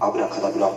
アブラカダブラ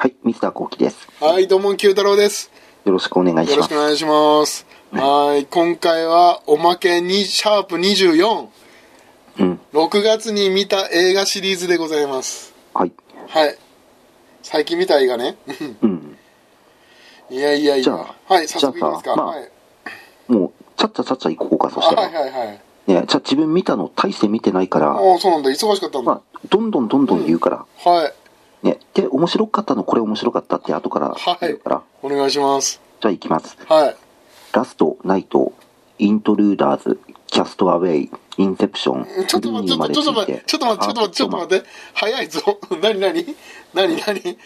はい水田幸喜ですはい、どうも、九太郎です。よろしくお願いよしろましくすお願いします。はい、今回は、おまけに、シャープ24。うん6月に見た映画シリーズでございます。はいはい。最近見た映画ね。 うんいやいやいじゃやあ。はい、早速いきますじゃあか。さまあはい。もうちゃっちゃちゃっちゃ行こうかそあ、したら、はいはいはい。ねじゃあ自分見たの大して見てないからああ、そうなんだ。忙しかったんだ。まあどんどんどんどん言うから、はい。ねで面白かったのこれ面白かったって後からはい言うから、お願いします。じゃあ行きますはい。ラストナイトイントルーダーズキャストアウェイインセプションちょっと待って、ちょっと待って、ちょっと待って、ちょっと待って、ちょっと待って。早いぞ。 何何何何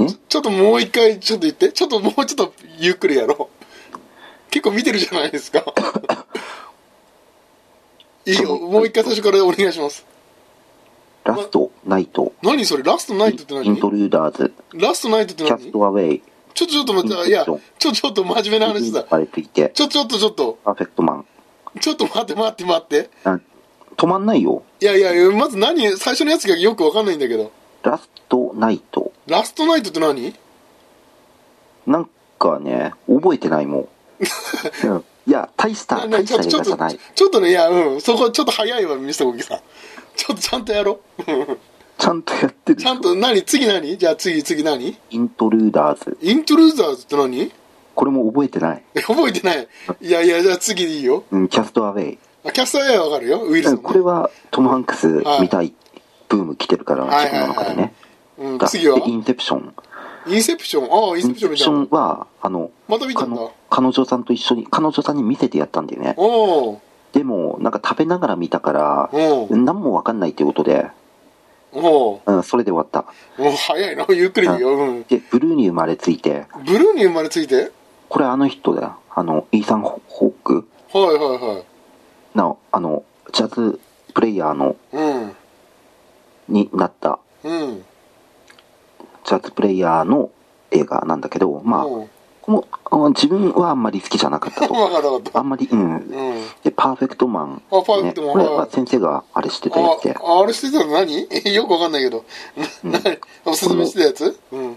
えちょっともう一回ちょっと言ってちょっともうちょっとゆっくりやろう結構見てるじゃないです かいいよもう一回最初からお願いしますラストナイト何それラストナイトってイント何ルーダーズラストナイトってキャ何スちょトアウェイちょっとちょっと待っていやちょちょっと真面目な話だあれついてちょちょっとちょっとパーフェクトマンちょっと待って待って待ってあ止まんないよいやいやまず何最初のやつがよくわかんないんだけどラストナイトラストナイトって何なんかね覚えてないも んうんいや大したなな大ちょしっとた映画じゃちょっとないちょっとねいやうんそこちょっと早いわミスターコキさんちょっとちゃんとやろううんちゃんとやってるちゃんと何次何じゃあ次次何イントルーダーズイントルーザーズって何これも覚えてない、え覚えてないいやいやじゃあ次でいいようん、キャストアウェイあキャスターエアわかるよウィルうソンんねこれはトム・ハンクス見たいブーム来てるからはい自分の中でねうん、が次はでインセプションインセプションああインイセンプシセョプンみシたいョなンはあのまた見た彼んだの彼女さんと一緒に彼女さんに見せてやったんだよねおうでもなんか食べながら見たからおう何も分かんないってことで、おううん、それで終わったおう早いな ゆっくりでいいよ、うん、でブルーに生まれついてブルーに生まれついてはいこれあの人だよあのイーサン・ホホークはなあのジャズプレイヤーのいはいになったうんうんジャズプレイヤーの映画なんだけどまあうんこのあの自分はあんまり好きじゃなかっ たと分かる分かあっんまりうんたうんでパーフェクトマン、ね、パーフェクトマンこれははい先生があれしてたやつでああれしてたの何 よくわかんないけど、何おすすめしてたやつうん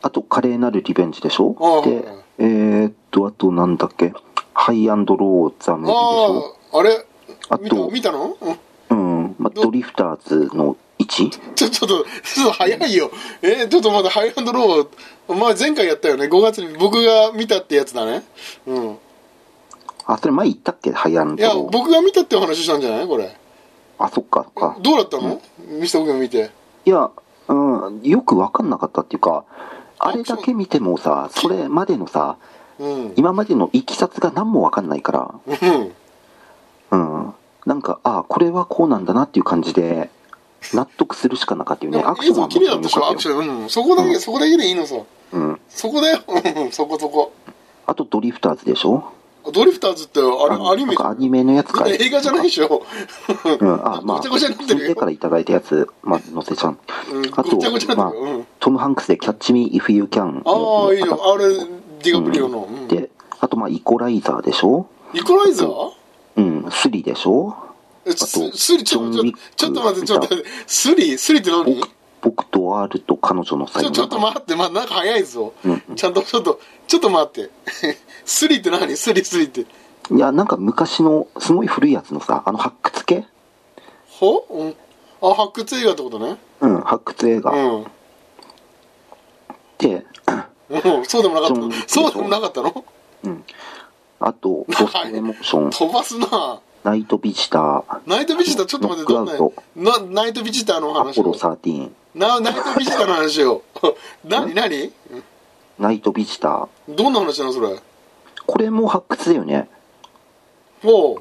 あと「華麗なるリベンジ」でしょあではいえー、っとあとなんだっけ「ハイアンドローザムービー」でしあああれあ見たと見たの、 うんょうん、まあ、ドリフターズの1ちょちょっとちょっと早いよえーちょっとまだハイアンドローまあ前回やったよね5月に僕が見たってやつだねうんあそれ前言ったっけハイアンいドやロー僕が見たってお話したんじゃないこれあそっかそっかどうだったのミスター君見ていや、うん、よく分かんなかったっていうかあれだけ見てもさそれまでのさうん今までのいきさつが何も分かんないからうんうん、なんかあこれはこうなんだなっていう感じで納得するしかなかったよでねもアクシ映ョンは像もち綺麗だろっん良たでしかょっアたクよシ、ョンうんそこだけ、うんそこだけでいいのさうん、そこだようんそこそこあとドリフターズでしょドリフターズってあれのアニなんメじゃかんアニメのやつか映画じゃないでしょうん、あまあごちゃごちゃになってるよ先生からいただいたやつ、まあ、載せちゃううんあとごちゃごちゃになってるまよあうんトム・ハンクスで「キャッチ・ミー・イフ・ユー・キャン」ああいいよあれディガプリオの、うんであとまあイコライザーでしょイコライザーうんスリでしょえとススリちょジョンウィッちクょちょっと待ってちょっと待ってスリスリって何僕僕と R と彼女の最ち後ょちょっと待ってまなんか早いぞ、うんちゃんとちょっとちょっと待って スリって何スリスリっていやなんか昔のすごい古いやつのさあの発掘系ほ、うん、あ発掘映画ってことねうん発掘映画、うで、ん、うん、そうでもなかジョンウィっックたそうでもなかったのあと、ロストエモーション、飛ばすなナイトビジター、ナイトビジターちょっと待ってどんなノックなナイトビジターのおア話ポロを13、なナイトビジターの話を 何何ナイトビジター。どんな話なのそれこれも発掘だよね。ほ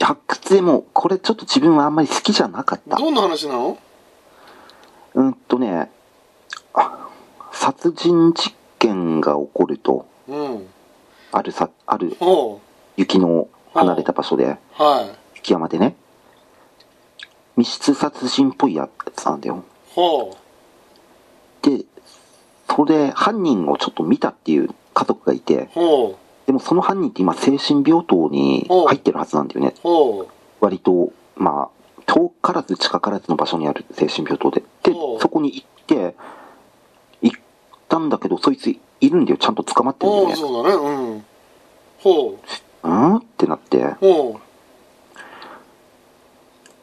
発掘でも、これちょっと自分はあんまり好きじゃなかっうた。どんな話なのうんとね、あ殺人事件が起こると、うんあるさ、あるほ雪の離れた場所で、うはい雪山でね、密室殺人っぽいやつなんだよ。ほで、それ、犯人をちょっと見たっていう家族がいてう、ほでもその犯人って今精神病棟に入ってるはずなんだよねう。ほ割と、まあ、遠からず近からずの場所にある精神病棟で。でおう、そこに行って、行ったんだけど、そいついるんだよ。ちゃんと捕まっうてるんほだようね。そうだねうんほううーんってなって。ほ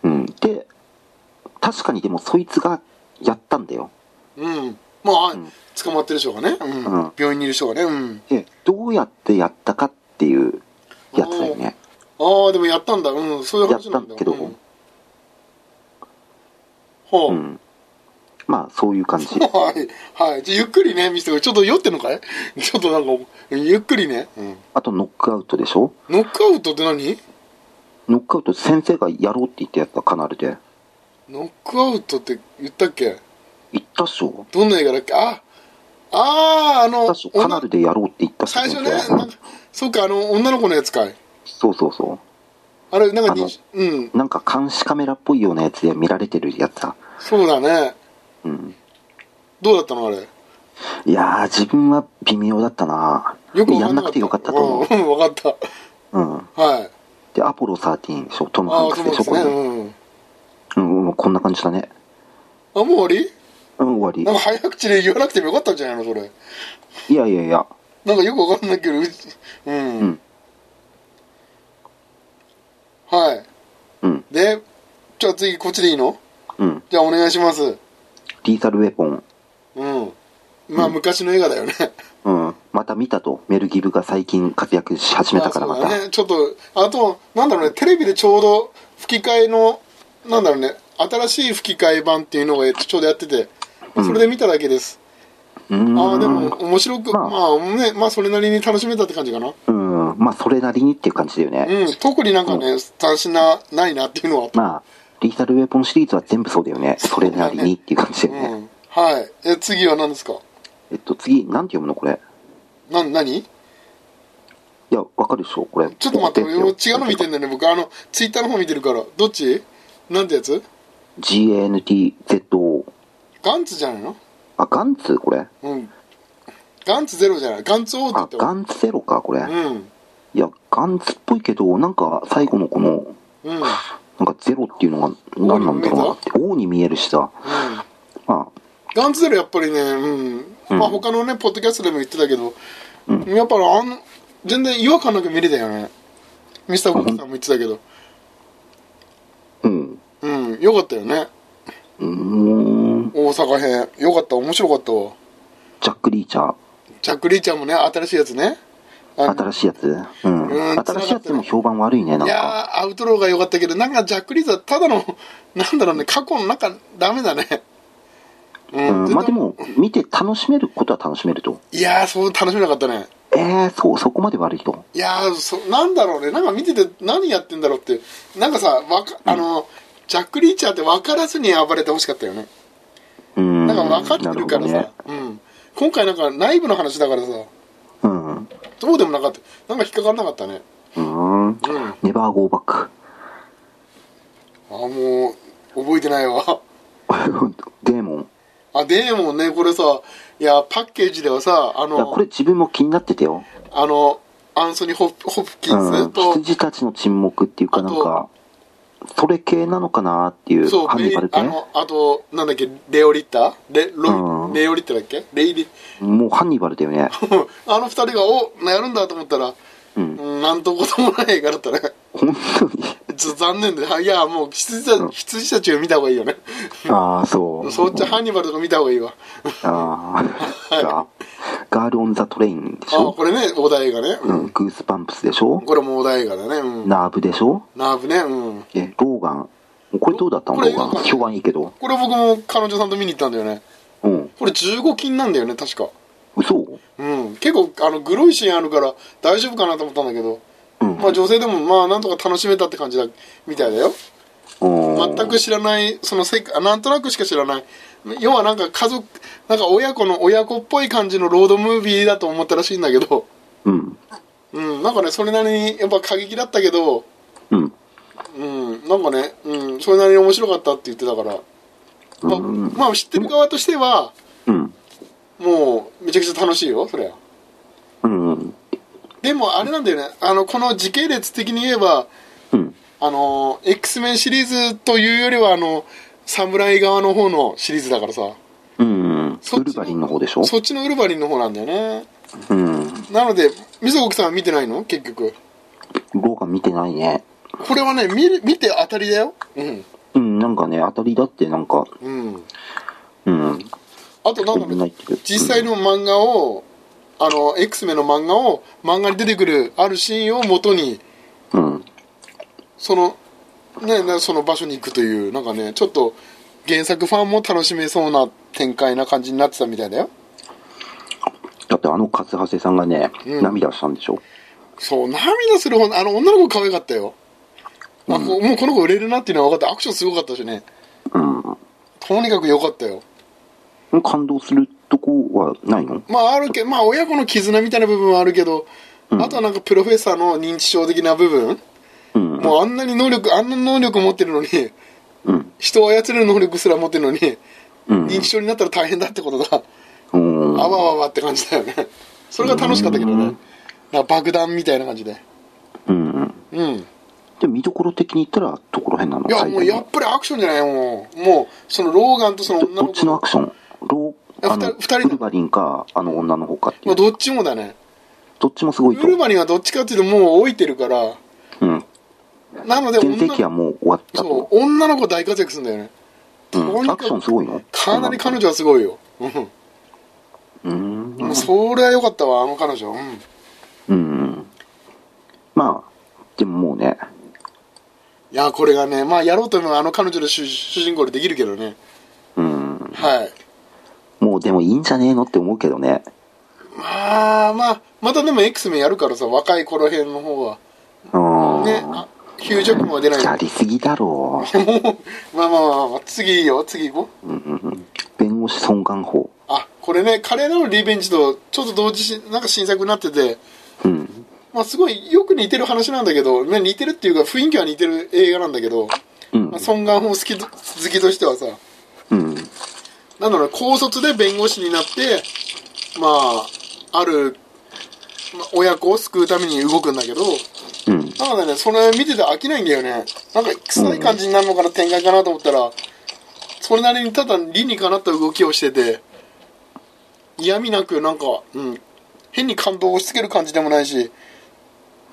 うん。で、確かにでもそいつがやったんだよ。ううんまあうん捕まってる人がねうんうん病院にいる人がねうんで、どうやってやったかっていうやつだよね。ああでもやったんだうんそういう話なやったんんだだけどうんほう。うんまあ、そういう感じ。 はい。はい。じゃあゆっくりね、見せてくれ。ちょっと酔ってんのかい ちょっとなんか、ゆっくりね。うん。あと、ノックアウトでしょノックアウトって何ノックアウト先生がやろうって言ったやつがカナルで。ノックアウトって言ったっけ言ったっしょどんな映画だっけああー、あ言っのたっしょ、カナルでやろうって言ったっしょ最初ね、先生なんか、そうか、あの、女の子のやつかい。そうそうそあれ、なんかにあの、うん、う。なんか監視カメラっぽいようなやつで見られてるやつだ。そうだね。うん。どうだったのあれ。いやー、自分は微妙だったなよくわやかんんななくかった。てよかったと思う。うん、うんわかった。うん。はい。で、アポロ13でしょトム・ハあンあ、クそスうででしょすこね。れ。うん。うん、うんこんな感じだね。あ、もう終わうん、終りなわんか早口で言わなくてもよかったんじゃないのそれ。り。いやいやいや。なんかよくわかんないけど、うちうん。うんはうん、い。で、じゃあ次こっちでいいのうん。じゃあお願いします。リーサル・ウェポン。うん。まあ、昔の映画だよね。うん。また見たと。メルギブが最近活躍し始めたからまあた そう。だね。ちょっと、あと、なんだろうね、テレビでちょうど吹き替えの、なんだろうね、新しい吹き替え版っていうのがちょうどやってて、まあそれで見ただけです。うーん。ああ、でも面白く、ままああ、ね、まあそれなりに楽しめたって感じかな。うん。まあ、それなりにっていう感じだよね。うん、特になんかね、斬新な、ないなっていうのはあったまあ、リーサル・ウェポンシリーズは全部そうだよね。それなりにっていう感じだよね。うんはい。え、次は何ですかえっと、次、なんて読むのこれ。な、何いや、わかるでしょこれ。ちょっと待って、俺も違うの見てんんだよね。僕、あの、ツイッターの方見てるから。どっちなんてやつ GANTZO。ガンツじゃないのあ、ガンツこれ。うん。ガンツゼロじゃない。ガンツオーあ、って言ガっンツゼロか、これ。たわうん。いや、ガンツっぽいけど、なんか、最後のこの、うん。うん。なんかゼロっていうのが何なんだろうなって、王に見えるしさ。まあ、ガンツゼロやっぱりね、うん。まあ、うん他のね、ポッドキャストでも言ってたけど、うんやっぱりあの、全然違和感なく見れたよね。ミスター・フォックスさんも言ってたけど。うん。うん。よかったよね。うーん。大阪編。よかった。面白かったわ。ジャック・リーチャー。ジャック・リーちゃんもね、新しいやつね。あ新しいやつうん。うん新しいやつも評判悪いね、なんいか。やーアウトローが良かったけどなんかジャック・リーズはただのなんだろうね過去の中ダメだねう、うんん、まあでも、見て楽しめることは楽しめると。いやーそう楽しめなかったねええー、そう、そこまで悪いと。いやーそなんだろうねなんか見てて何やってんだろうってなんかさわかあの、ジャック・リーチャーって分からずに暴れてほしかったよねうん。なんか分かってるからさなほうん、今回なんか内部の話だからさどね。どうでもなかったなんか引っかからなかったねうん。うん。うんあネバーゴーバック。 ーもう覚えてないわデーモン。あでもねこれさいやパッケージではさあいや、のこれ自分も気になってたよ。あの、アンソニー・ホプホプキンうスん。と、羊たちの沈黙っていうかあなとんか、それ系なのかなっていう、そう、ハンベニイバルあ系の、あと、なんだっけ、レオリッタレ、ロイうんレオリッタだっけレイリ、もうハンニバルだよね。 あの二人が、お、やるんだと思ったら、うん。うんなんとこともない映画だ ったね。本当に。ちょっと残念で、はいいや、もう羊たうん羊たちを見た方がいいよね。ああ、そう。そっちハンニバルとか見た方がいいわ。ああ。 ガール・オン・ザ・トレインでしあょ、これね、お題がね。うん、グース・パンプスでしょこれもお題がだね。うん。ナーブでしょナーブね。うん。えローガンこれどうだったのこロれーガン評判いいけどこれ僕も彼女さんと見に行ったんだよね。うんこれ15金なんだよね、確か。嘘うん。結構、あの、グロいシーンあるから大丈夫かなと思ったんだけど。うんまあ女性でもまあなんとか楽しめたって感じだみたいだよ全全く知らないその世界なんとなくしか知らない要はなんか家族なんか親子の親子っぽい感じのロードムービーだと思ったらしいんだけどうんうんなんかねそれなりにやっぱ過激だったけどうんうんなんかね、うん、それなりに面白かったって言ってたから、まあ、まあ知ってる側としてはうんもうめちゃくちゃ楽しいよそりゃうんでもあれなんだよねあのこの時系列的に言えばうんあのー X メンシリーズというよりはあの侍側の方のシリーズだからさうんそっちのウルバリンの方でしょそっちのウルヴァリンの方なんだよねうんなので水木さんは見てないの結局ローガン見てないねこれはね見る見て当たりだようんうんなんかね当たりだってなんかうんうんあとなんだみんな言ろうってる実際の漫画をあの X メンの漫画を漫画に出てくるあるシーンを元にうんそのねねその場所に行くというなんかねちょっと原作ファンも楽しめそうな展開な感じになってたみたいだよだってあのカツハセさんがね、うん涙したんでしょそう、涙するほど、あの、女の子可愛かったよ。あこうもうこの子売れるなっていうのは分かった。アクションすごかったしね。うんとにかく良かったよ。感動するとこはないのまあ、あるけまあ、親子の絆みたいな部分はあるけど、あとはなんかプロフェッサーの認知症的な部分。うんもうあんなに能力、あんな能力持ってるのに、うん人を操れる能力すら持ってるのに、うん認知症になったら大変だってことだ。うんあわわわって感じだよね。それが楽しかったけどね。なんか爆弾みたいな感じで。うんうん。で見どころ的に言ったらどこら辺なのいや、最も後うにやっぱりアクションじゃないもう。もう、そのローガンとその女どのっ子ちのアクションロいーやあの二人二人だウルバリンかあの女の方かっていまあ、うどっちもだねどっちもすごいウと、ルヴァリンはどっちかっていうともう老いてるからうん、なので全女盛期はのもう終わったそとう女の子大活躍するんだよねう、とにん、かアくクションすごいのかなり彼女はすごいよ、うん、うんもうそれは良かったわあの彼女、うん、うんまあでももうねいやこれがねまあやろうと思えばあの彼女の主主人公でできるけどねうんはいもうでもいいんじゃねえのって思うけどねまあまあまたでも X メンやるからさ若い頃辺の方はうん、ねあヒュージョックも出ないやりすぎだろう、まあまあまあ、まあ、次いいよ次行こううんうんうん、弁護士孫願法あこれね彼らのリベンジとちょっと同時しなんか新作になっててうんまあ、すごいよく似てる話なんだけど、ね、似てるっていうか雰囲気は似てる映画なんだけど、うんまあ、ソン・ガンホ好きと好きとしてはさうんなんだろう高卒で弁護士になってまあある、まあ、親子を救うために動くんだけどうんなのでねそれ見てて飽きないんだよねなんか臭い感じになるのかな、展開かなと思ったらそれなりにただ理にかなった動きをしてて嫌味なくなんか、うん、変に感動を押し付ける感じでもないし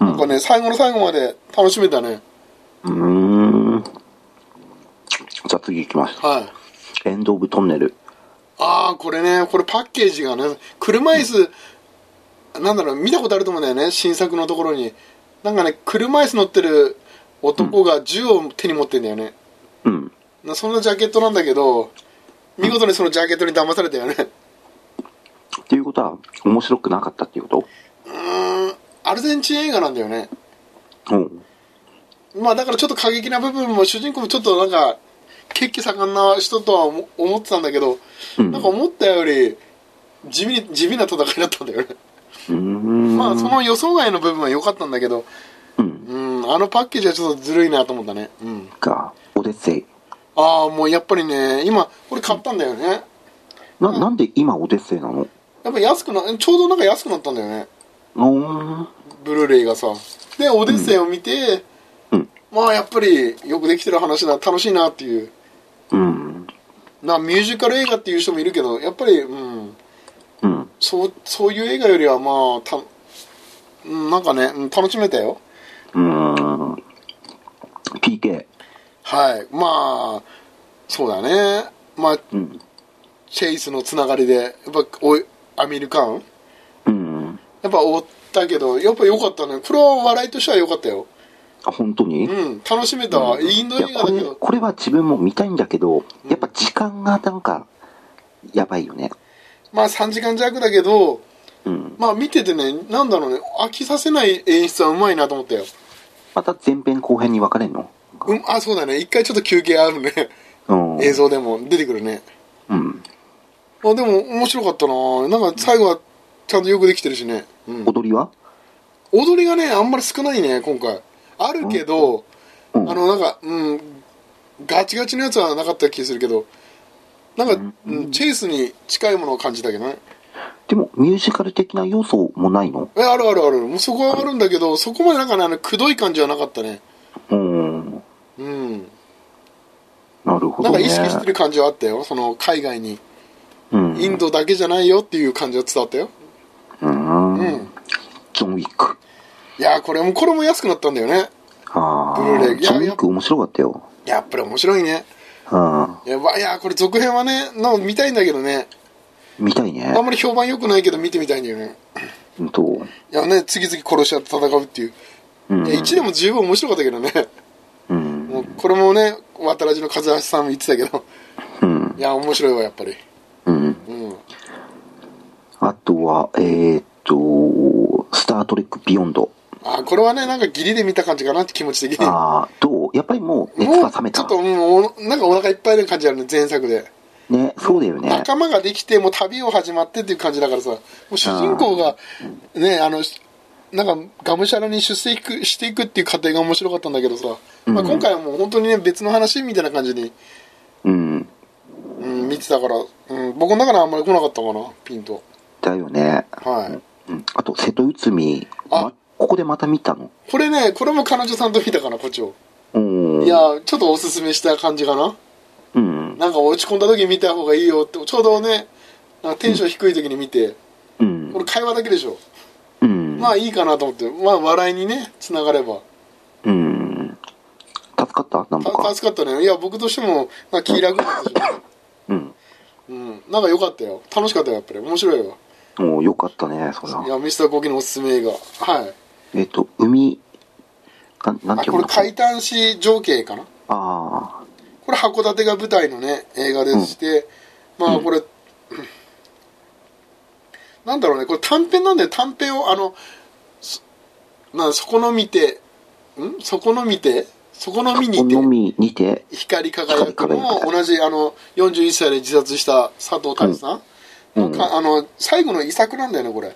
うなんかんね、最後の最後まで楽しめたね。うんじゃあ次行きますはい。エンド・オブ・トンネルああ、これね、これパッケージがね、車椅子、なんだろう、見たことあると思うんだよね、新作のところに。なんかね、車椅子乗ってる男が銃を手に持ってんだよね。うんなそんなジャケットなんだけど、見事にそのジャケットに騙されたよね。っていうことは面白くなかったっていうこうーん、アルゼンチン映画なんだよね。とうんまあだからちょっと過激な部分も主人公もちょっとなんか血気盛んな人とは思思ってたんだけど、うんなんか思ったより地味に地味な戦いだったんだよね、うーんまあその予想外の部分は良かったんだけどうんうんあのパッケージはちょっとずるいなと思ったね、うん、かオデッセイああもうやっぱりね今これ買ったんだよねやななんで今オデッセイなのっぱ安くなちょうどなんか安くなったんだよねうーんブルーレイがさでオデッセイを見て、うんまあやっぱりよくできてる話だ楽しいなっていううんなミュージカル映画っていう人もいるけどやっぱりうんうんそうそういう映画よりはまあた、うん、なんかね、うん、楽しめたようーん PK はいまあそうだねまあうんチェイスのつながりでやっぱおいアミルカーンやっぱ追ったけどやっぱ良かったねこれは笑いとしては良かったよあ本当に、うん楽しめたわインドいや映画だこけれどこれは自分も見たいんだけどやっぱ時間がなんかやばいよねまあ3時間弱だけどうんまあ見ててねなんだろうね飽きさせない演出はうまいなと思ったよ、また前編後編に分かれんのうん、あそうだね一回ちょっと休憩あるねうん映像でも出てくるねうんあでも面白かったななんか最後はちゃんとよくできてるしね、うん、踊りは踊りがねあんまり少ないね今回あるけど、うんあのなんかうんガチガチのやつはなかった気するけどなんか、うんチェイスに近いものを感じたけどねでもミュージカル的な要素もないのえあるあるあるもうそこはあるんだけどそこまでなんかねあのくどい感じはなかったねうんうんなるほどなんかね意識してる感じはあったよその海外にうんインドだけじゃないよっていう感じは伝わったようんうんジョン・ウィックいやーこれもこれも安くなったんだよねあブルーレあイジョン・ウィック面白かったよやっぱり面白いねうんやばいやーこれ続編はねなんか見たいんだけどね見たいねあんまり評判良くないけど見てみたいんだよねうんといやね次々殺し合って戦うっていう、うんいや1でも十分面白かったけどねうんもうこれもね渡らじの和橋さんも言ってたけどうんいや面白いわやっぱりうんうんあとはえーっと「スター・トレック・ビヨンドあこれはねなんか義理で見た感じかなって気持ち的」にああどうやっぱりもう熱もがう冷めちょたっと、うん、おなんかお腹いっぱいの感じあるね前作でねそうだよね仲間ができてもう旅を始まってっていう感じだからさもう主人公がねあのなんかがむしゃらに出世いくしていくっていう過程が面白かったんだけどさ、まあ、今回はもう本当にね別の話みたいな感じに、うんうん、見てたから、うん、僕の中ではあんまり来なかったかなピンとだよねはいうんあと瀬戸内海あまここでまた見たのこれねこれも彼女さんと見たかなこっちをうんいやちょっとおすすめした感じかなうんなんか落ち込んだ時に見た方がいいよってちょうどねなんかテンション低い時に見て、うこれん会話だけでしょ、うんまあいいかなと思ってまあ笑いにねつながればうん助かったなんぼたか助かったねいや僕としてもなんか気楽だったし、 うんうん、なんか良かったよ楽しかったよやっぱり面白いよもうよかったねそれはいやミスターコーキのおすすめ映画はいえっ、と、海、ななんあていこうれのか海胆市情景かなああ、これ函館が舞台のね映画でして、まあこれ、なんだろうねこれ短編なんだよ短編をあのそなんそこの見てんそこの見てそこの見にこのてみにて、光り輝くの光り輝もく同じあの41歳で自殺した佐藤大さんのか、あの最後の遺作なんだよねこれ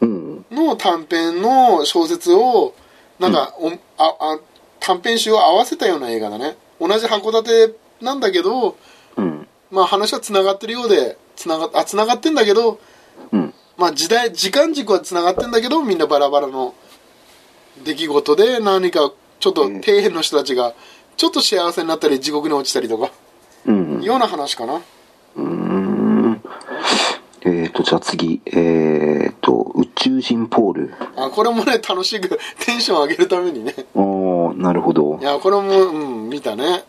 うん、の短編の小説をなんか、おああ短編集を合わせたような映画だね同じ函館なんだけどうん、まあ話はつながってるようでつながあつながってんだけど、うん、まあ、時代時間軸はつながってんだけどみんなバラバラの出来事で何かちょっと底辺の人たちがちょっと幸せになったり地獄に落ちたりとかうん、ような話かなうん。えっ、と、じゃあ次、えっ、と、宇宙人ポール。あこれもね楽しくテンション上げるためにねおーなるほどい。やこれもうん見たね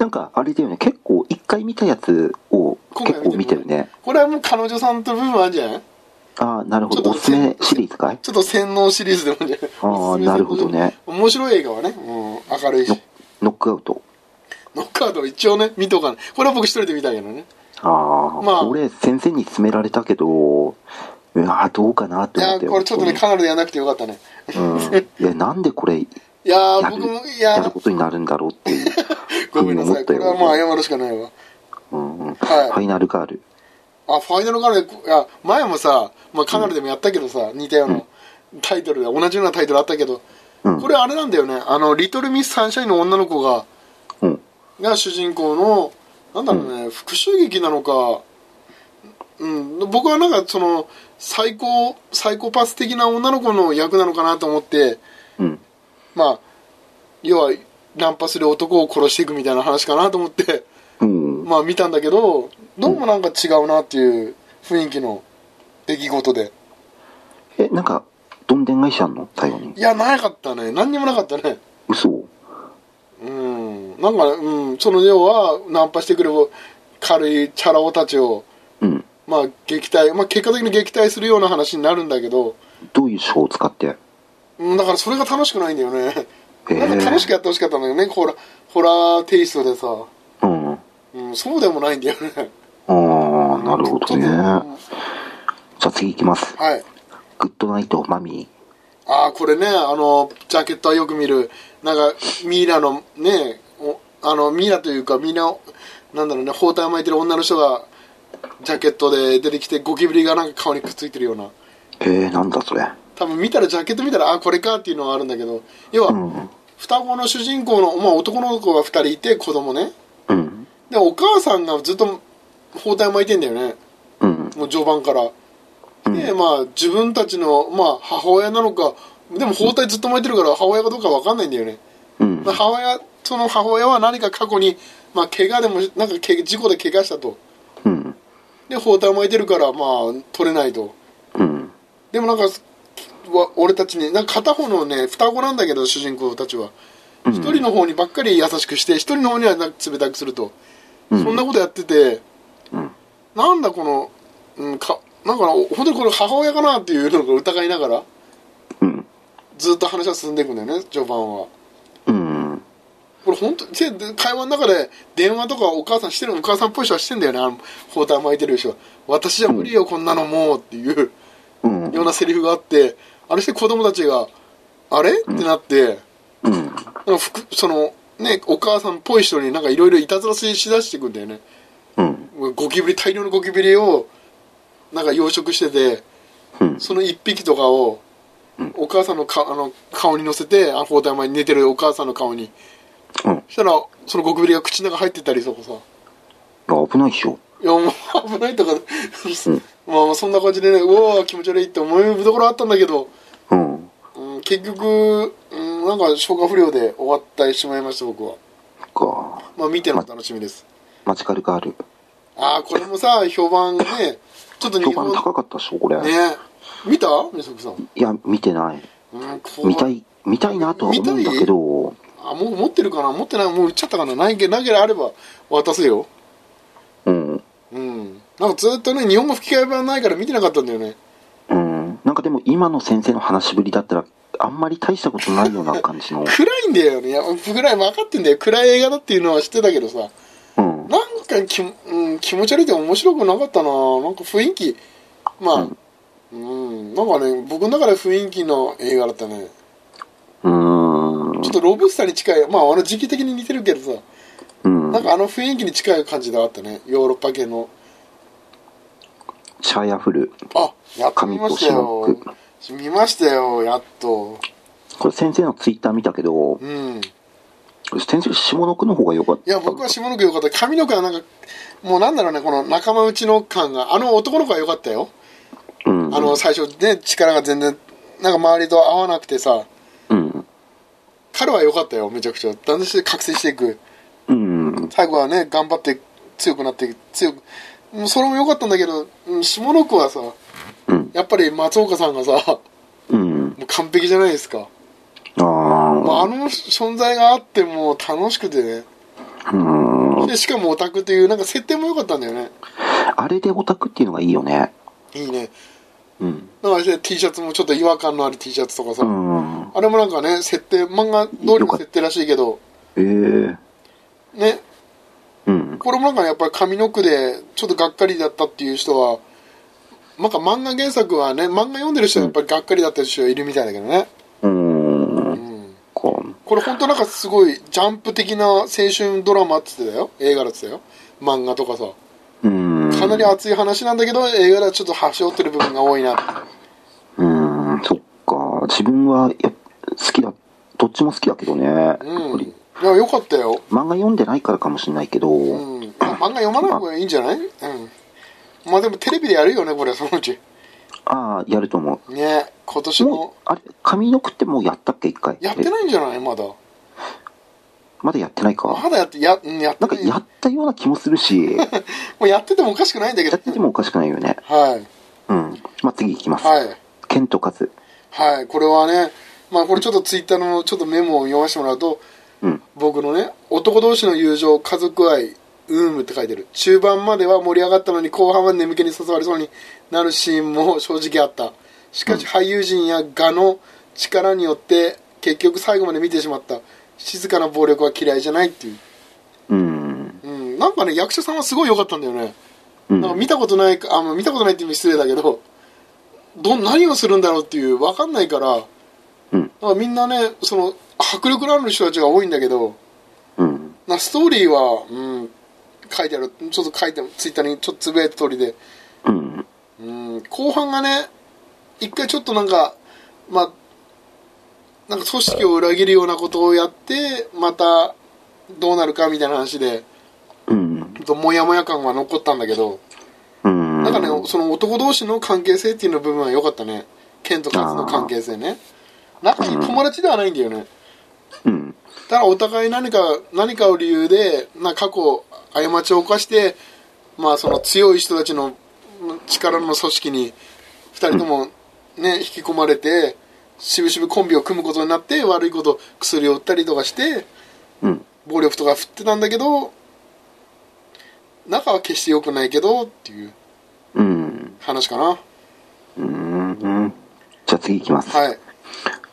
なんか、あれだよね、結構、一回見たやつを今回結構見てるね。これはもう彼女さんと部分あるんじゃないああ、なるほちょど。おっとすすめシリーズかいちょっと洗脳シリーズでもあるんじゃないあーおすすめすなるほどね面白い映画はね、うん、明るいしノノックアウト。ノックアウトは一応ね見とかないこれは僕一人で見たけどねああ、まあ俺、先生に勧められたけど、うわどうかなってい思やって。これちょっとねカナルでやらなくてよかったねうん、いやなんでこれいややるー僕もいややるーことになるんだろうって いうごめんなさ思っいたこよれはもう謝るしかないわうんうんフはいァイナルガールあファイナルガールいや前もさ、まあ、カナルでもやったけどさ、似たようなタイトルで同じようなタイトルあったけど、うんこれあれなんだよねあのリトルミスサンシャインの女の子がうんが主人公のなんだろうね、復讐劇なのか、うん、僕はなんかその最高サイコパス的な女の子の役なのかなと思ってうんまあ要はナンパする男を殺していくみたいな話かなと思って うんまあ見たんだけどどうもなんか違うなっていう雰囲気の出来事でえなんかどんでん返しあんの最後にいやなかったね何にもなかったね嘘うんなんか、うん、その要はナンパしてくれば軽いチャラ男たちをうんまあ撃退、まあ、結果的に撃退するような話になるんだけど、どういう手法を使ってうんだからそれが楽しくないんだよねへえなんか楽しくやってほしかったんだよねホラホラーテイストでさ、うんあうん、そうでもないんだよねあーなるほどね じうんゃはあ次いきますいグッドナイトマミああこれねあのジャケットはよく見るなんかミイラのねおあのミイラというかみんななんだろうね包帯を巻いてる女の人がジャケットで出てきてゴキブリがなんか顔にくっついてるようなーへえなんだそれ多分見たらジャケット見たらあーこれかっていうのはあるんだけど要は、うん双子の主人公の、まあ、男の子が2人いて子供ねうんでお母さんがずっと包帯巻いてんだよねうんもう序盤から、でまあ自分たちの、まあ、母親なのかでも包帯ずっと巻いてるから母親かどうか分かんないんだよね、うんまあ母親その母親は何か過去に、まあ、怪我でもなんかけ事故で怪我したとうんで包帯巻いてるからまあ取れないとうんでもなんかわ俺たちになんか片方のね双子なんだけど主人公たちはうん一人の方にばっかり優しくして一人の方にはなんか冷たくすると、うんそんなことやっててうんなんだこの、うん、かなんかな本当にこれ母親かなっていうのを疑いながらうんずっと話は進んでいくんだよね序盤はうんこれ本当でで会話の中で電話とかお母さんしてるお母さんっぽい人はしてんだよねあの包帯巻いてる人は私じゃ無理よこんなのもうっていううんようなセリフがあってあれして子供たちがあれってなってうんなんかふくそのねお母さんっぽい人になんかいろいろいたずらししだしていくんだよねうんゴキブリ大量のゴキブリをなんか養殖しててうんその1匹とかをお母さんのかあの顔に乗せてあ包帯前に寝てるお母さんの顔にうんそしたらそのゴキブリが口の中入ってたりとかいさや危ないっしょいやもう危ないとか、 まあまあそんな感じでねうわー気持ち悪いって思いどころあったんだけど、うんうん、結局、うん、なんか消化不良で終わってしまいました僕はかまあ見ての楽しみですマジカルガールああこれもさ評判がねちょっと評日本判ね高かったっしょこれ、見た美咲さんいや見てないうんこう見たい見たいなとは思うんだけどあもう持ってるかな持ってないもう売っちゃったかなないけなければあれば渡すようんうんなんかずっとね日本語吹き替え版ないから見てなかったんだよねうんなんかでも今の先生の話しぶりだったらあんまり大したことないような感じの暗いんだよねいや暗い分かってんだよ暗い映画だっていうのは知ってたけどさうんなんかき、うん、気持ち悪いって面白くなかったななんか雰囲気まあうん、なんかね僕の中で雰囲気の映画だったねうーんちょっとロブスターに近いまああの時期的に似てるけどさうんなんかあの雰囲気に近い感じではあったねヨーロッパ系のシャイアフルあやっと見ましたよ紙と見ましたよやっとこれ先生のツイッター見たけどうんい先生下の句の方が良かったや僕は下の句良かった上の句はなんかもうなんだろうねこの仲間内の感があの男の子は良かったようんあの最初ね力が全然なんか周りと合わなくてさうん彼は良かったよめちゃくちゃだんだんして覚醒していくうん最後はね頑張って強くなって強くもうそれも良かったんだけどうん下の句はさうんやっぱり松岡さんがさもうんう完璧じゃないですか、あまあ、ああの存在があってもう楽しくてねうんでしかもオタクっていうなんか設定も良かったんだよねあれでオタクっていうのがいいよねいいねうんなんかあれで T シャツもちょっと違和感のある T シャツとかさ、うんあれもなんかね設定漫画通りの設定らしいけどええねうんこれもなんかねやっぱり上の句でちょっとがっかりだったっていう人はなんか漫画原作はね漫画読んでる人はやっぱりがっかりだった人いるみたいだけどね、うんうん、ここれ本当なんかすごいジャンプ的な青春ドラマって言ってたよ映画だってたよ漫画とかさううんかなり熱い話なんだけど映画ではちょっと端折ってる部分が多いなってうーんそっか自分はやっ好きだどっちも好きだけどね、やっぱうんりいやよかったよ、漫画読んでないからかもしれないけど、うん、漫画読まない方がいいんじゃないうんまあでもテレビでやるよねこれそのうちああやると思ね今年うももうあれ紙のくってもうやったっけ一回やってないんじゃないまだまだやってないかまだやってやうんやってなんかないやったような気もするしやもうやっててもおかしくないんだけどっててもおかしくないよねはいうんまあ次いきます、はいケントカズはいこれはねまあこれちょっとツイッターのちょっとメモを読ませてもらうとうん僕のね男同士の友情家族愛ウームって書いてる中盤までは盛り上がったのに後半は眠気に誘われそうになるシーンも正直あったしかし俳優陣や画の力によって結局最後まで見てしまった静かな暴力は嫌いじゃないっていう、うんうん、なんかね役者さんはすごい良かったんだよね、うんなんか見たことないあまあ見たことないっていうのも失礼だけどどん何をするんだろうっていう分かんないからうんなんかみんなねその迫力のある人たちが多いんだけどうんなストーリーは、うん、書いてあるちょっと書いてツイッターにちょっとつぶやいた通りでうんうん後半がね一回ちょっとなんかまあなんか組織を裏切るようなことをやってまたどうなるかみたいな話でうんちょっとモヤモヤ感は残ったんだけどうんなんかねその男同士の関係性っていうの部分は良かったね剣とカズの関係性ね仲いい友達ではないんだよねうんただお互い何か何かを理由でな過去過ちを犯して、まあ、その強い人たちのうん力の組織に2人とも、ね、引き込まれてしぶしぶコンビを組むことになって悪いこと薬を売ったりとかしてうん暴力とか振ってたんだけど仲は決して良くないけどっていううん話かなうんじゃあ次いきます、はい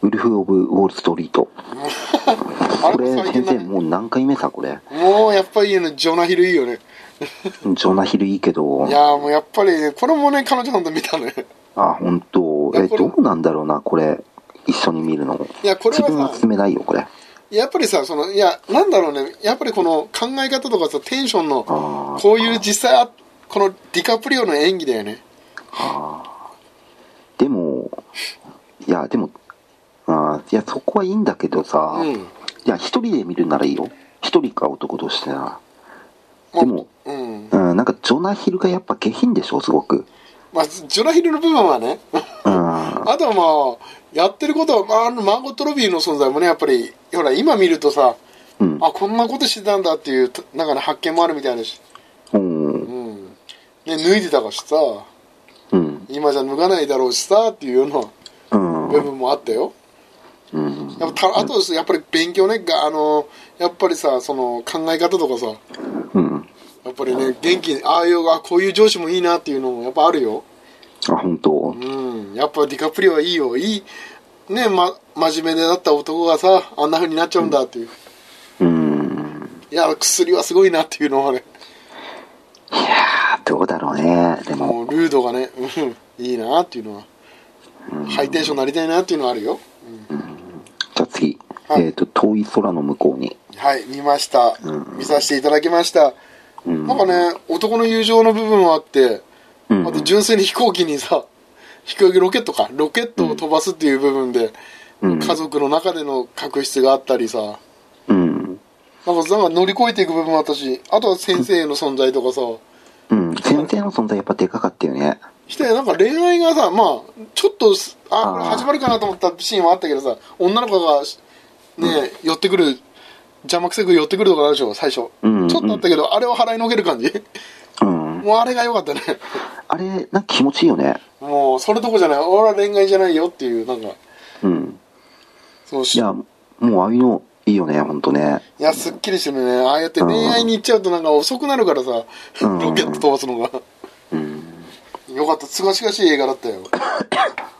ウルフ・オブ・ウォール・ストリートあこれれ先最近だ生ねもう何回目さこれもうやっぱりいいねジョナヒルいいよねジョナヒルいいけどいやーもうやっぱりねこれもね彼女さんと見たね あ本当えいやこれどうなんだろうなこれ一緒に見るのいやこれ自分ははさ進めないよこれやっぱりさそのいやなんだろうねやっぱりこの考え方とかさテンションのああこういう実際あこのディカプリオの演技だよねでもいやでもあーいやそこはいいんだけどさ、ういんや一人で見るならいいよ一人か男としてなでも、うんうん、なんかジョナヒルがやっぱ下品でしょすごくまあジョナヒルの部分はね うんあとはまあやってることは、まあ、あのマーゴット・ロビーの存在もねやっぱりほら今見るとさうんあこんなことしてたんだっていうなんかね発見もあるみたいだしうんうんね脱いでたからしさうん今じゃ脱がないだろうしさっていうよううんな部分もあったうよ、んやっぱたあとですやっぱり勉強ねがあのやっぱりさその考え方とかさうんやっぱりね元気にああいうあこういう上司もいいなっていうのもやっぱあるよあ本当うんやっぱディカプリオはいいよいいねま真面目でだった男がさあんな風になっちゃうんだっていう、うんいや薬はすごいなっていうのはねいやーどうだろうねでももうルードがねうんいいなっていうのは、ハイテンションになりたいなっていうのはあるよじゃあ次、はいえっ、と遠い空の向こうにはい見ました、うん見させていただきました、うんなんかね男の友情の部分もあってうんあと純粋に飛行機にさ 飛行機ロケットかロケットを飛ばすっていう部分で、うん家族の中での確執があったりさうんなんかなんか乗り越えていく部分もあったしあとは先生の存在とかさうん先生の存在やっぱでかかったよねしてなんか恋愛がさまあちょっとすあーあこれ始まるかなと思ったシーンはあったけどさ女の子がね、寄ってくる邪魔くせく寄ってくるとかあるでしょ最初、うんちょっとあったけどあれを払いのける感じうんもうあれが良かったねあれなんか気持ちいいよねもうそれどこじゃない俺は恋愛じゃないよっていうなんかうんそうしいやもうああいうのいいよねほんとねいや、すっきりしてるね。ああやって恋愛に行っちゃうとなんか遅くなるからさ、うんロケット飛ばすのが。うんよかった、すがしがしい映画だったよ。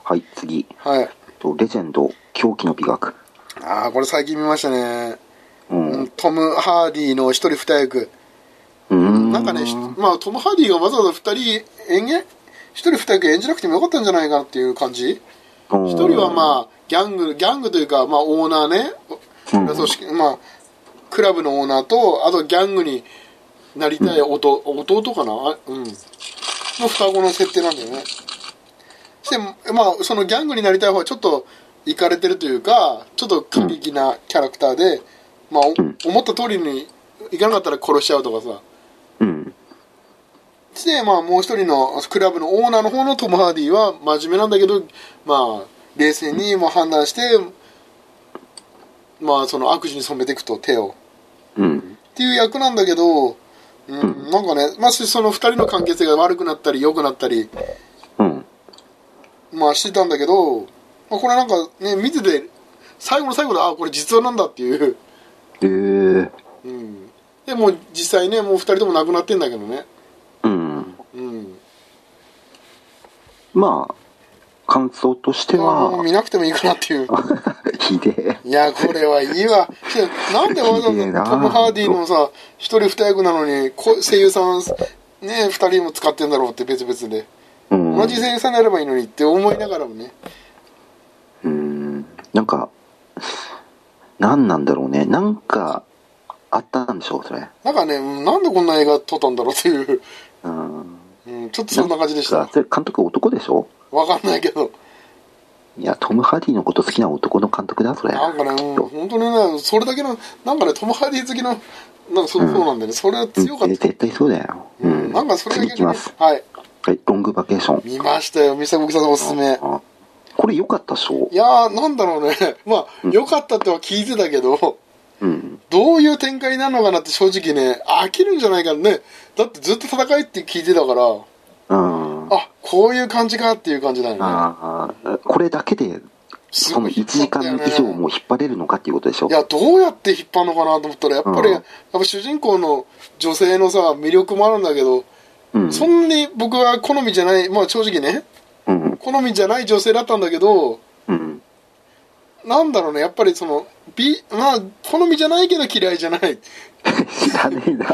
はい次はい。とレジェンド狂気の美学ああ、これ最近見ましたね。うん、うんトム・ハーディの一人二役。うんなんかね、ひまあトム・ハーディがわざわざ二人演技、一人二役演じなくてもよかったんじゃないかなっていう感じ。一一人はまあ、ギャング、ギャングというか、まあオーナーね。うん組織、まあ、クラブのオーナーと、あとギャングになりたい弟、弟かなあうん。の双子の設定なんだよね。して、まあ、そのギャングになりたい方はちょっと、いかれてるというか、ちょっと過激なキャラクターで、まあ、うんお思った通りにいかなかったら殺しちゃうとかさ。うんして、まあ、もう一人のクラブのオーナーの方のトム・ハーディは真面目なんだけど、まあ、冷静にもう判断して、まあ、その悪事に染めていくと、手を。うんっていう役なんだけど、うん、なんかね、まあ、しその2人の関係性が悪くなったり良くなったり、うんまあ、してたんだけど、まあ、これなんかね見てて最後の最後であこれ実話なんだっていう、えー、うん、でもう実際ねもう2人とも亡くなってんだけどね、うんうん、まあ感想としてあもうは、見なくてもいいかなっていうひでえ。いやこれはいいわけどなんでわざわひでえなざトム・ハーディのさ一人二役なのにこ声優さんね二人も使ってんだろうって別々でうん。同じ声優さんになればいいのにって思いながらもねうん。なんか、なんなんだろうね。なんか、あったんでしょう、それ。なんかねうんなんでこんな映画撮ったんだろうっていう、うん。うん、ちょっとそんな感じでしなんたかそれ監督男でしょわかんないけどいや、トム・ハーディのこと好きな男の監督だ、それ。なんかね、きっうん、と本当にね、それだけの、なんかね、トム・ハーディ好きの、なんかそう,、うんそうなんだよね、それはうん強かった。絶対そうだよ。う。うんん、なんかそれだけ、次ね、行きます。はい、はい、ロングバケーション。見ましたよ、三崎さんおすすめ。あこれ良かったっしょいやー、なんだろうね、 まあ、ん良かったとは聞いてたけど、うん。どういう展開なのかなって正直ね、飽きるんじゃないかね、だってずっと戦いって聞いてたから、うん。ああこういう感じかっていう感じだよね。あー、これだけで、すそごのい1引時っ張ったよ間ね以上も引っ張れるのかっていうことでしょいや、どうやって引っ張るのかなと思ったら、やっぱり、うんやっぱ主人公の女性のさ、魅力もあるんだけど、うん。そんなに僕は好みじゃない、まあ正直ね、うん。好みじゃない女性だったんだけど、うん。なんだろうね、やっぱりその、B、まあ、好みじゃないけど嫌いじゃない。知らねえな。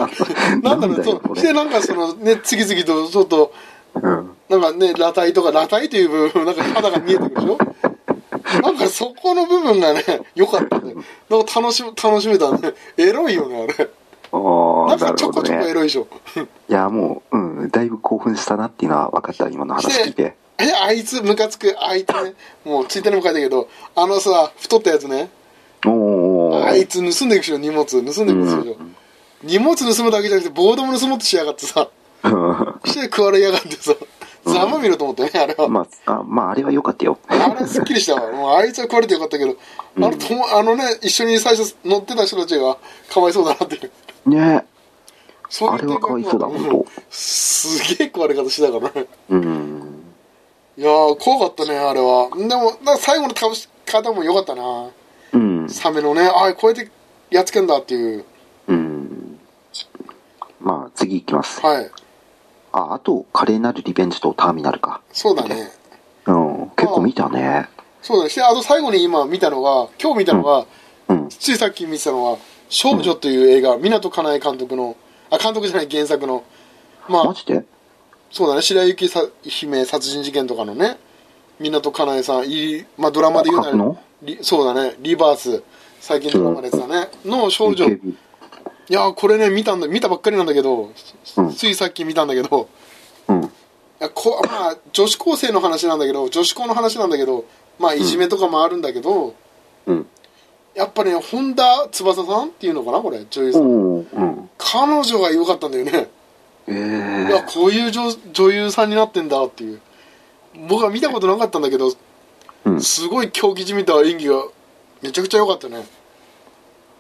なんだろう、よそこう。してれ。なんかその、ね、次々と、ちょっと、うん。なんかね、裸体とか、裸体という部分、なんか肌が見えてくるでしょなんかそこの部分がね、良かったね。なんか楽しむ、楽しめたね。エロいよね、あれ。あなあ、んなかちるほょこどちょこエね。ロいでしょ。いや、もう、うん、だいぶ興奮したなっていうのは分かった、今の話聞いて。えあいつムカつくあいつねもうツイッターにも書いたけどあのさ太ったやつねおお。あいつ盗んでいくでしょ荷物盗んでいくでしょ、荷物盗むだけじゃなくてボードも盗もうとしやがってさうんして食われやがってさざま見ろと思ってねあれは、まあ、あまあ、あれは良かったよ。あれはすっきりしたわもうあいつは食われてよかったけどあのともあのね一緒に最初乗ってた人たちがかわいそうだなっていうねそいあれはかわいそうだ展開本当んすげえ食われ方してたからねうん。いやー怖かったねあれはでもなんか最後の倒し方も良かったなうん。サメのねああこうやってやっつけんだっていううん。まあ、次行きます。はいあ、あと、華麗なるリベンジとターミナルか。そうだねうん。結構見たね。そうだねしてあと最後に今見たのが今日見たのが、うん。ついさっき見てたのは「少女」という映画湊かなえ監督のあ監督じゃない原作のまマあジでそうだね白雪さ姫殺人事件とかのね湊かなえさんいい、まあ、ドラマで言うなあ書くらのリそうだねリバース最近ドラマでやってたね、の少女 AKB いやーこれね見たんだ見たばっかりなんだけど、うんついさっき見たんだけどうん。いやこまあ女子高生の話なんだけど女子校の話なんだけどまあいじめとかもあるんだけど、うん。やっぱね本田翼さんっていうのかなこれ女優さん、おーうん。彼女が良かったんだよねえいやえ。こういう女女優さんになってんだっていう僕は見たことなかったんだけどうん。すごい狂気じみた演技がめちゃくちゃ良かったね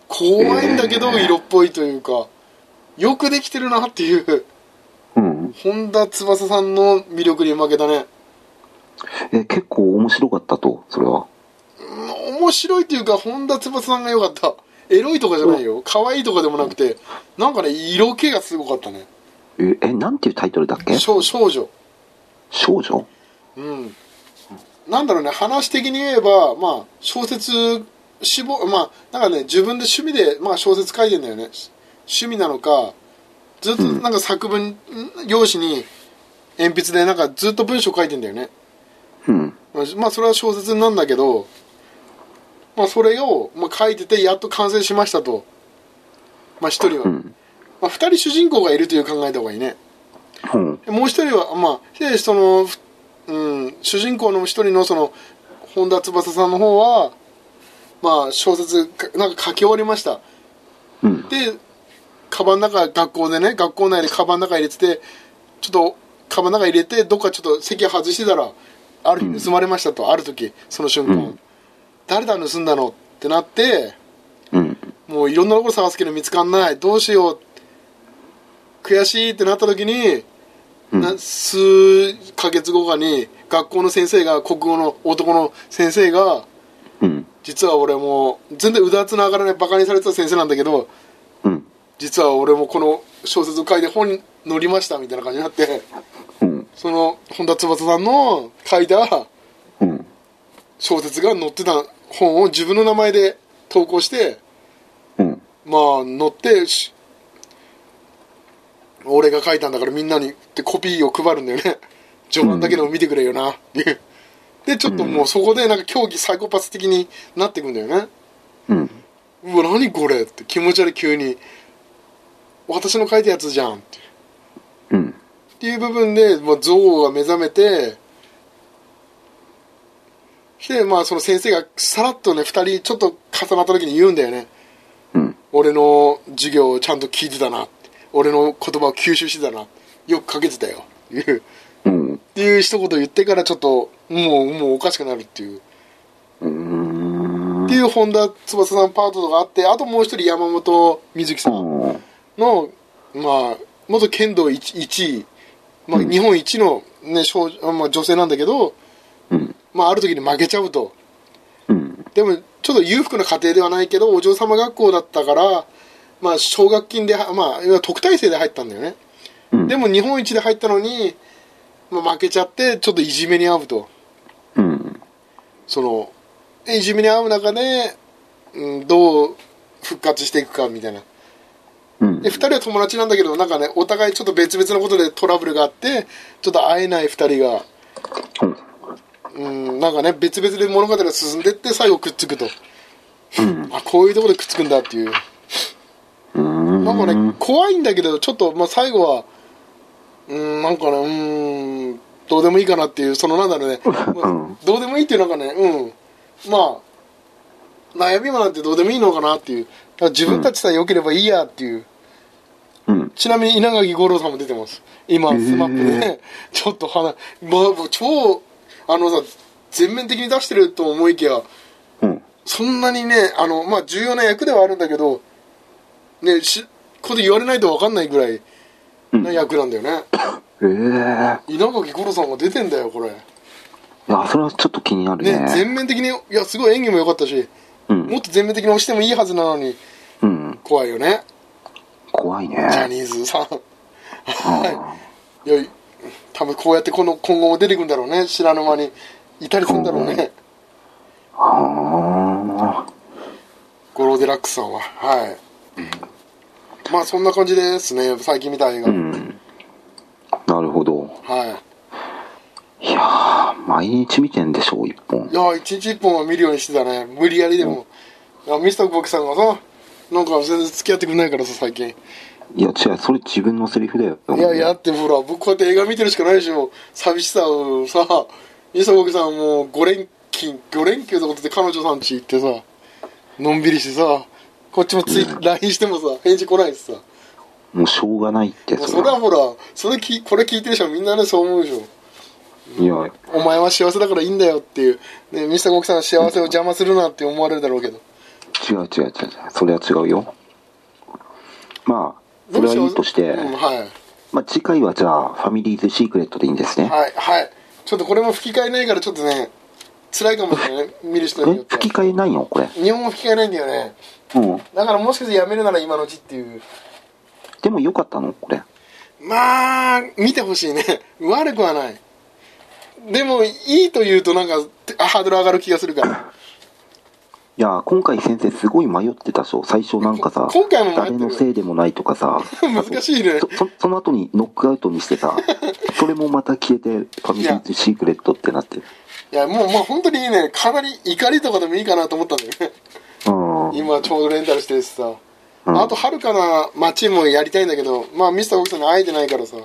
怖いんだけどえー色っぽいというかよくできてるなっていううん。本田翼さんの魅力に負けたねえ、結構面白かったと、それは。面白いというか本田翼さんが良かったエロいとかじゃないよ可愛いとかでもなくてなんかね色気がすごかったねえ、えなんていうタイトルだっけ少少女少女うんなんだろうね話的に言えばまあ小説志望まあなんかね自分で趣味で、まあ、小説書いてんだよね趣味なのかずっとなんか作文、ん用紙に鉛筆でなんかずっと文章書いてんだよねうん。まあそれは小説なんだけど、まあ、それを、まあ、書いててやっと完成しましたと、まあ、1人は、うん。まあ、2人主人公がいるという考えた方がいいねうん。もう1人はまあでその、ふうん、主人公の1人のその本田翼さんの方は、まあ、小説かなんか書き終わりましたうん。でカバンの中学校でね学校内でカバンの中入れててちょっとカバンの中入れてどっかちょっと席外してたらある日盗まれましたと、ある時その瞬間、うん誰だ盗んだのってなってうん。もういろんなところ探すけど見つかんないどうしよう悔しいってなった時に、うんな数ヶ月後かに学校の先生が国語の男の先生がうん。実は俺もう全然うだつの上がらないバカにされてた先生なんだけどうん。実は俺もこの小説を書いて本に載りましたみたいな感じになってうん。その本田翼さんの書いた小説が載ってた本を自分の名前で投稿してうん。まあ載ってし俺が書いたんだからみんなにってコピーを配るんだよね序盤だけでも見てくれよなっていうでちょっともうそこでなんか競技サイコパス的になってくんだよねうん。うわ何これって気持ち悪い急に私の書いたやつじゃんってうん。っていう部分で、まあ、憎悪が目覚めてでまあその先生がさらっとね2人ちょっと重なった時に言うんだよねうん。俺の授業をちゃんと聞いてたな俺の言葉を吸収してたなよく書けてたよっていうっうん。ていう一言言ってからちょっともうもうおかしくなるっていううーん。っていう本田翼さんパートがあってあともう一人山本瑞希さんうん。の、まあ、元剣道 1, 位、まあ、日本一の、ね少女まあ、女性なんだけど、うん。まあ、ある時に負けちゃうとうん。でもちょっと裕福な家庭ではないけどお嬢様学校だったから、まあ、奨学金で、まあ、いわゆる特待生で入ったんだよねうん。でも日本一で入ったのに、まあ、負けちゃってちょっといじめに遭うとうん。そのいじめに遭う中で、うん、どう復活していくかみたいなうんで2。人は友達なんだけどなんかねお互いちょっと別々のことでトラブルがあってちょっと会えない2人がうんうんなんかね別々で物語が進んでって最後くっつくとうん。あこういうとこでくっつくんだっていううーん。なんかね怖いんだけどちょっと、まあ、最後はうんなんかねうんどうでもいいかなっていうそのなんだろうね、うんどうでもいいっていうなんかねうんまあ悩みもなんてどうでもいいのかなっていうだから自分たちさえ良ければいいやっていう、うん。ちなみに稲垣吾郎さんも出てます今えースマップで、ちょっと花、まあ、もう超あのさ全面的に出してると思いきやうん。そんなにねあの、まあ、重要な役ではあるんだけどねしここで言われないと分かんないぐらいな役なんだよね、ええー。稲垣吾郎さんが出てんだよこれ、ねいや、それはちょっと気になるね。全面的にいやすごい演技も良かったしうんもっと全面的に押してもいいはずなのにうん。怖いよね怖いね。ジャニーズさんあいや多分こうやってこの今後も出てくんだろうね知らぬ間にいたりするんだろうねあ。ああ。五郎デラックスさんははい、まあそんな感じですね最近見た映画、うん。なるほど。はいやー、毎日見てんでしょ、一本いい。や一日一本は見るようにしてたね無理やりでも、いやミスターボクさんがさなんか全然付き合ってくれないからさ最近いや、違う、それ自分のセリフだよ。いやいやだってほら僕こうやって映画見てるしかないでしょ寂しさをさミスターボクさんもう5連勤5連休とかって彼女さん家行ってさのんびりしてさこっちもつい LINE してもさ返事来ないしさもうしょうがないって、もうそれはほらそれきこれ聞いてる人はみんなねそう思うでしょいや、お前は幸せだからいいんだよっていう、ね、ミスターゴキさんは幸せを邪魔するなって思われるだろうけど違う違う違う違う。それは違うよ。まあ、それはいいとして、うん、はいまあ次回はじゃあ、ファミリーズシークレットでいいんですね。はいはいちょっとこれも吹き替えないからちょっとね辛いかもしれないね見る人によえっては吹き替えないのこれ。日本語吹き替えないんだよねうん。だからもしかしてやめるなら今のうちっていうでもよかったのこれ。まあ見てほしいね悪くはないでもいいと言うとなんかハードル上がる気がするからいやー今回先生すごい迷ってたでしょ最初なんかさこ 今回も迷って誰るのせいでもないとかさ 難しいねそそその後にノックアウトにして さそれもまた消えてファミリーズシークレットってなってるいやもうまあ本当にねかなり怒りとかでもいいかなと思ったんだよねうんうん今ちょうどレンタルしてるしさ、うんあと遥かな街もやりたいんだけどまあミスターゴキさんに会えてないからさい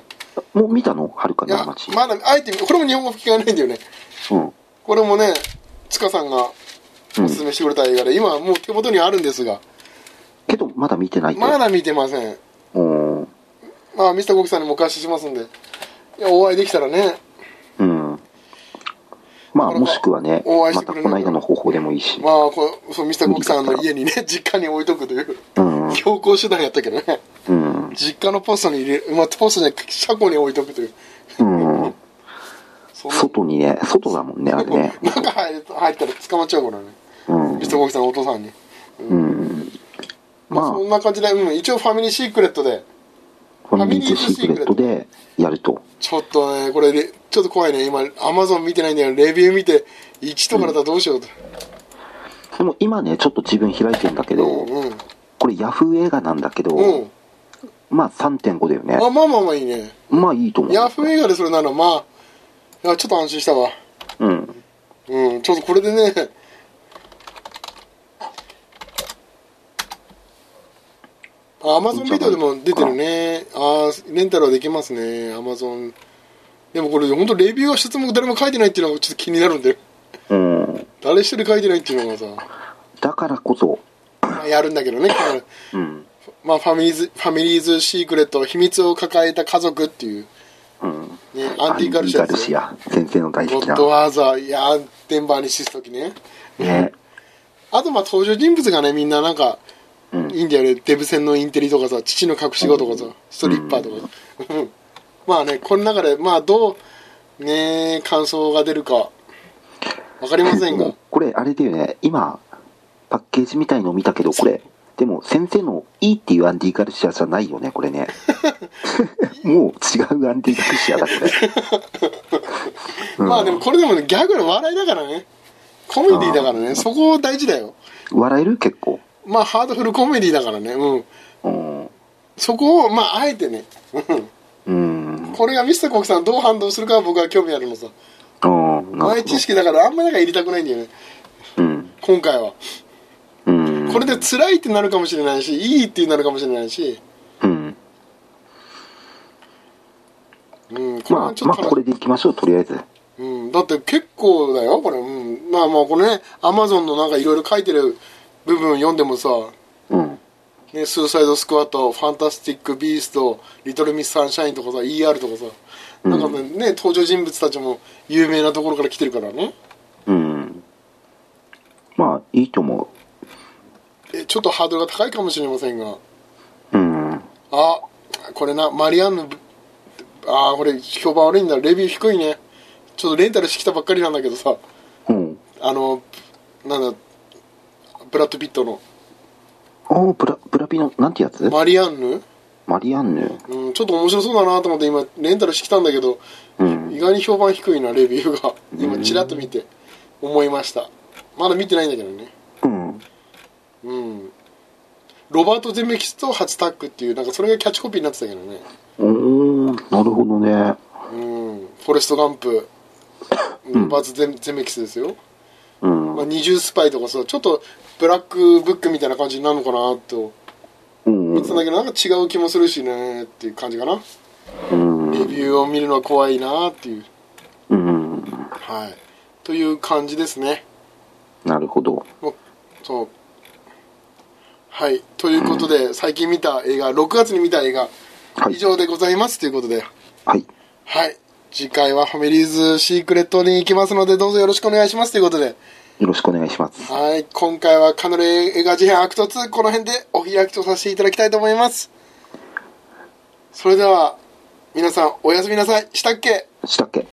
もう見たのはるかやな町、まだ会えてこれも日本語吹き替えないんだよねうんこれもね塚さんがおすすめしてくれた映画で、今はもう手元にあるんですがけどまだ見てないってまだ見てませんうんまあミスターゴキさんにもお貸ししますんでいやお会いできたらねうんまあなかなもかしくはねお会いしまてたくれるこの間の方法でもいいし、まあこうそうミスターゴキさんの家にね実家に置いとくといううん強行手段やったけどねうん実家のポストに入れるまあポストじゃなくて車庫に置いとくといううんそんな外にね外だもんねあれね中入る入ったら捕まっちゃうからねうんミスターゴキさんのお父さんにうんまそんな感じで、うん、一応ファミリーシークレットであファミリーズシークレットでやると。ちょっとね、これレ、ちょっと怖いね。今、アマゾン見てないんだよ。レビュー見て、1とかだったらどうしようと。でも今ね、ちょっと自分開いてんだけど、うんうん。これヤフー映画なんだけど、うん。まあ3.5だよね。あ、まあまあまあいいね。まあいいと思う。ヤフー映画でそれなら、まあ、いやちょっと安心したわ。うん。うん、ちょっとこれでね、アマゾンビデオでも出てるね。ああ、レンタルはできますね、アマゾン。でもこれ、本当レビューは一つも誰も書いてないっていうのがちょっと気になるんだよ。うん。誰一人書いてないっていうのがさ、だからこそ、まあやるんだけどね。うん。まあ、ファミリーズ、ファミリーズシークレット、秘密を抱えた家族っていう、うん。ね、アンティ・ガルシアアンティガルですシよ。ア、先生の大ゴ好きなッ。ド・ワーザー、いやー、デンバーに死すときね。ね。あとまあ登場人物がねみんななんか、うんいいんだよねデブ戦のインテリとかさ父の隠し子とかさ、ストリッパーとか、うん まあねこの中でまあどうね感想が出るかわかりませんもがうこれあれだよね今パッケージみたいの見たけどこれでも先生の「いい」っていうアンディ・ガルシアじゃないよねこれ ねもう違うアンディ・ガルシアだこれうんまあでもこれでもねギャグの笑いだからねコメディだからねそこ大事だよ笑える結構まあハードフルコメディだからねうんうんそこをまああえてねうんうんこれがミスターコキさんどう反応するかは僕は興味あるのさうんな前るほど知識だからあんまりなんか入れたくないんだよねうん今回はうんこれで辛いってなるかもしれないしいいってなるかもしれないし、うんうん、これまはちあょまっあと、これでいきましょうとりあえずうん、だって結構だよこれ、うん、まあまあこれねアマゾンのなんかいろいろ書いてる部分読んでもさ、うんね「スーサイドスクワット」「ファンタスティック・ビースト」「リトル・ミス・サンシャイン」とかさ ER とかさなんかね,、登場人物たちも有名なところから来てるからねうんまあいいと思えちょっとハードルが高いかもしれませんがううんあこれなマリアンヌあーこれ評判悪いんだレビュー低いねちょっとレンタルしてきたばっかりなんだけどさうんあのなんだブラッド・ピットのおーブラブラピのなんてやつマリアンヌ、マリアンヌうん、ちょっと面白そうだなと思って今レンタルしてきたんだけど、うん意外に評判低いなレビューが今ちらっと見て思いましたまだ見てないんだけどねうんうんロバート・ゼメキスと初タッグっていうなんかそれがキャッチコピーになってたけどねおーなるほどねうんフォレスト・ガンプロバートゼ・ゼメキスですよ、うんまあ、二重スパイとかさちょっとブラックブックみたいな感じになるのかなとうん見てたんだけどなんか違う気もするしねっていう感じかなうんレビューを見るのは怖いなっていううんはいという感じですねなるほどもうそうはいということで、最近見た映画6月に見た映画、はい以上でございますということではいはい次回はファミリーズシークレットに行きますのでどうぞよろしくお願いしますということでよろしくお願いしますはい今回はカヌレ映画事変アクト2この辺でお開きとさせていただきたいと思いますそれでは皆さんおやすみなさいしたっけしたっけ